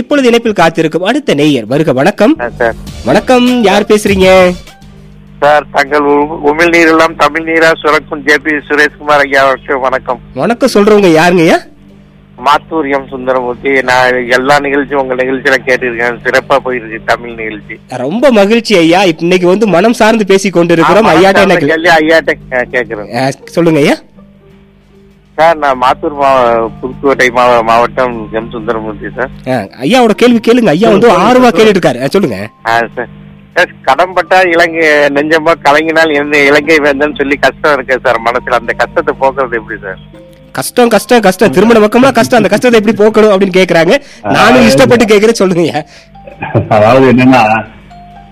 இப்பொழுது இணைப்பில் காத்திருக்கும் அடுத்த நேயர் வருக வணக்கம் ஆ, சார் வணக்கம் யார் பேசுறீங்க சார் தங்கள் உ- உமிழ்நீர் எல்லாம் தமிழ் நீரா சுரக்கும் ஜே பி சுரேஷ்குமார் ஐயா அவருக்கு வணக்கம் வணக்கம் சொல்றவங்க யாருங்கய்யா மாத்தூரியம் சுந்தரமூர்த்தி நான் எல்லா நிகழ்ச்சியும் உங்க நிகழ்ச்சியில கேட்டிருக்கேன் சிறப்பா போயிருக்கு தமிழ் நிகழ்ச்சி ரொம்ப மகிழ்ச்சி ஐயா இப்ப இன்னைக்கு வந்து மனம் சார்ந்து பேசி கொண்டிருக்கிறோம் ஆ, ஐயாட்ட மனசார்ந்த எனக்கு கேள்வி ஐயாட்ட கே- கேக்குறேன் ஆ, சொல்லுங்க ஐயா சார் நான் மாத்தூர் மாவ- புதுக்கோட்டை மாவ- மாவட்டம் எம் சுந்தரமூர்த்தி சார் ஆ, ஐயாவோட கேள்வி கேளுங்க ஐயா வந்து ஆர்வமா கேட்டுட்டு இருக்காரு ஆ, சொல்லுங்க ஆ, சார் சார் கடன்பட்டா இலங்கை நெஞ்சமா கலங்கினால் எந்த இலங்கை வேந்தன் சொல்லி கஷ்டம் இருக்கு சார் மனசுல அந்த கஷ்டத்தை போக்குறது எப்படி சார் கஷ்டம் கஷ்டம் கஷ்டம் திருமண பக்கம்லாம் கஷ்டம் அந்த கஷ்டத்தை எப்படி போக்கணும் அப்படின்னு கேக்குறாங்க நானும் இஷ்டப்பட்டு கேக்குறேன் சொல்லுங்க ஐயா அதாவது என்னன்னா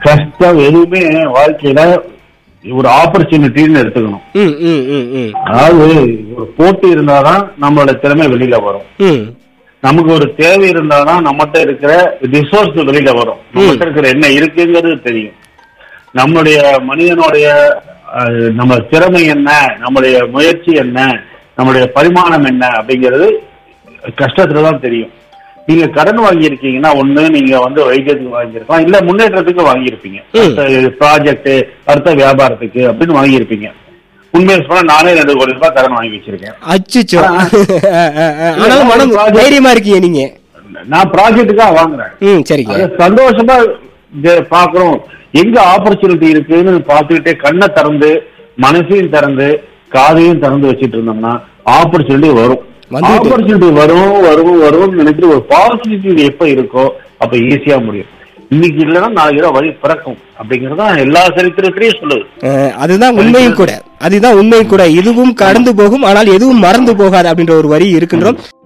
கஷ்டம் எதுவுமே வாழ்க்கையில ஒரு ஆப்பர்ச்சுனிட்டின்னு எடுத்துக்கணும் ம் ம் ம் ம் அதாவது ஒரு போட்டி இருந்தாதான் நம்மளோட திறமை வெளியில வரும் ம் நமக்கு ஒரு தேவை இருந்தாதான் நம்மகிட்ட இருக்கிற ரிசோர்ஸ் வெளியில வரும் நம்மகிட்ட இருக்கிற என்ன இருக்குங்கிறது தெரியும் நம்மளுடைய மனிதனுடைய அஹ், நம்ம திறமை என்ன நம்மளுடைய முயற்சி என்ன நம்மளுடைய பரிமாணம் என்ன அப்படிங்கிறது கஷ்டத்துல தான் தெரியும் நீங்க கடன் வாங்கியிருக்கீங்கன்னா ஒண்ணு நீங்க வந்து வைத்தியத்துக்கு வாங்கியிருக்கலாம் இல்ல முன்னேற்றத்துக்கு வாங்கியிருப்பீங்க ம். அடுத்த ப்ராஜெக்ட் அடுத்த வியாபாரத்துக்கு அப்படின்னு வாங்கியிருப்பீங்க உண்மையை சொன்னா நானே ரெண்டு கோடி ரூபாய் கடன் வாங்கி வச்சிருக்கேன் அச்சுச்சோ ஆனாலும் மனம் தைரியமா இருக்கீங்க நீங்க நான் ப்ராஜெக்ட்டுக்காக வாங்குறேன் ம் சரிங்க அத சந்தோஷமா இத பாக்குறோம் எங்க ஆப்பர்ச்சுனிட்டி இருக்குன்னு பார்த்துக்கிட்டே கண்ணை திறந்து மனசையும் திறந்து காதையும் திறந்து வச்சிட்டு இருந்தோம்னா ஆப்பர்ச்சுனிட்டி வரும் வந்துட்டு. ஆப்பர்ச்சுனிட்டி வரும் வரும் வரும்னு நினைச்சிட்டு ஒரு பாசிட்டிவிட்டி எப்ப இருக்கோ அப்ப ஈஸியா முடியும் இன்னைக்கு இல்லைன்னா நாளைக்கு தான் வழி பிறக்கும் அப்படிங்கறது தான் எல்லா சரித்திரத்திலையும் சொல்லுது அஹ், அதுதான் உண்மையும் கூட அதுதான் உண்மையும் கூட இதுவும் கடந்து போகும் ஆனால் எதுவும் மறந்து போகாது அப்படின்ற ஒரு வரி இருக்கின்றோம்